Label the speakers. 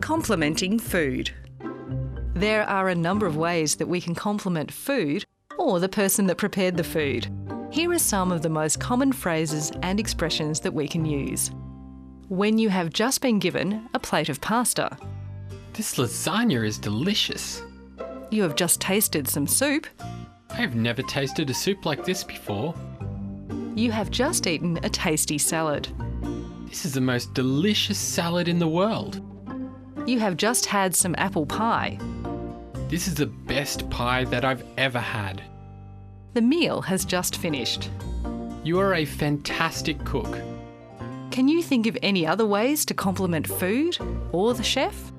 Speaker 1: complementing food.
Speaker 2: There are a number of ways that we can complement food or the person that prepared the food. Here are some of the most common phrases and expressions that we can use. When you have just been given a plate of pasta,
Speaker 3: This lasagna is delicious.
Speaker 2: you have just tasted some soup,
Speaker 3: I have never tasted a soup like this before.
Speaker 2: you have just eaten a tasty salad,
Speaker 3: This is the most delicious salad in the world.
Speaker 2: you have just had some apple pie.
Speaker 3: This is the best pie that I've ever had.
Speaker 2: The meal has just finished.
Speaker 3: You are a fantastic cook.
Speaker 2: Can you think of any other ways to complement food or the chef?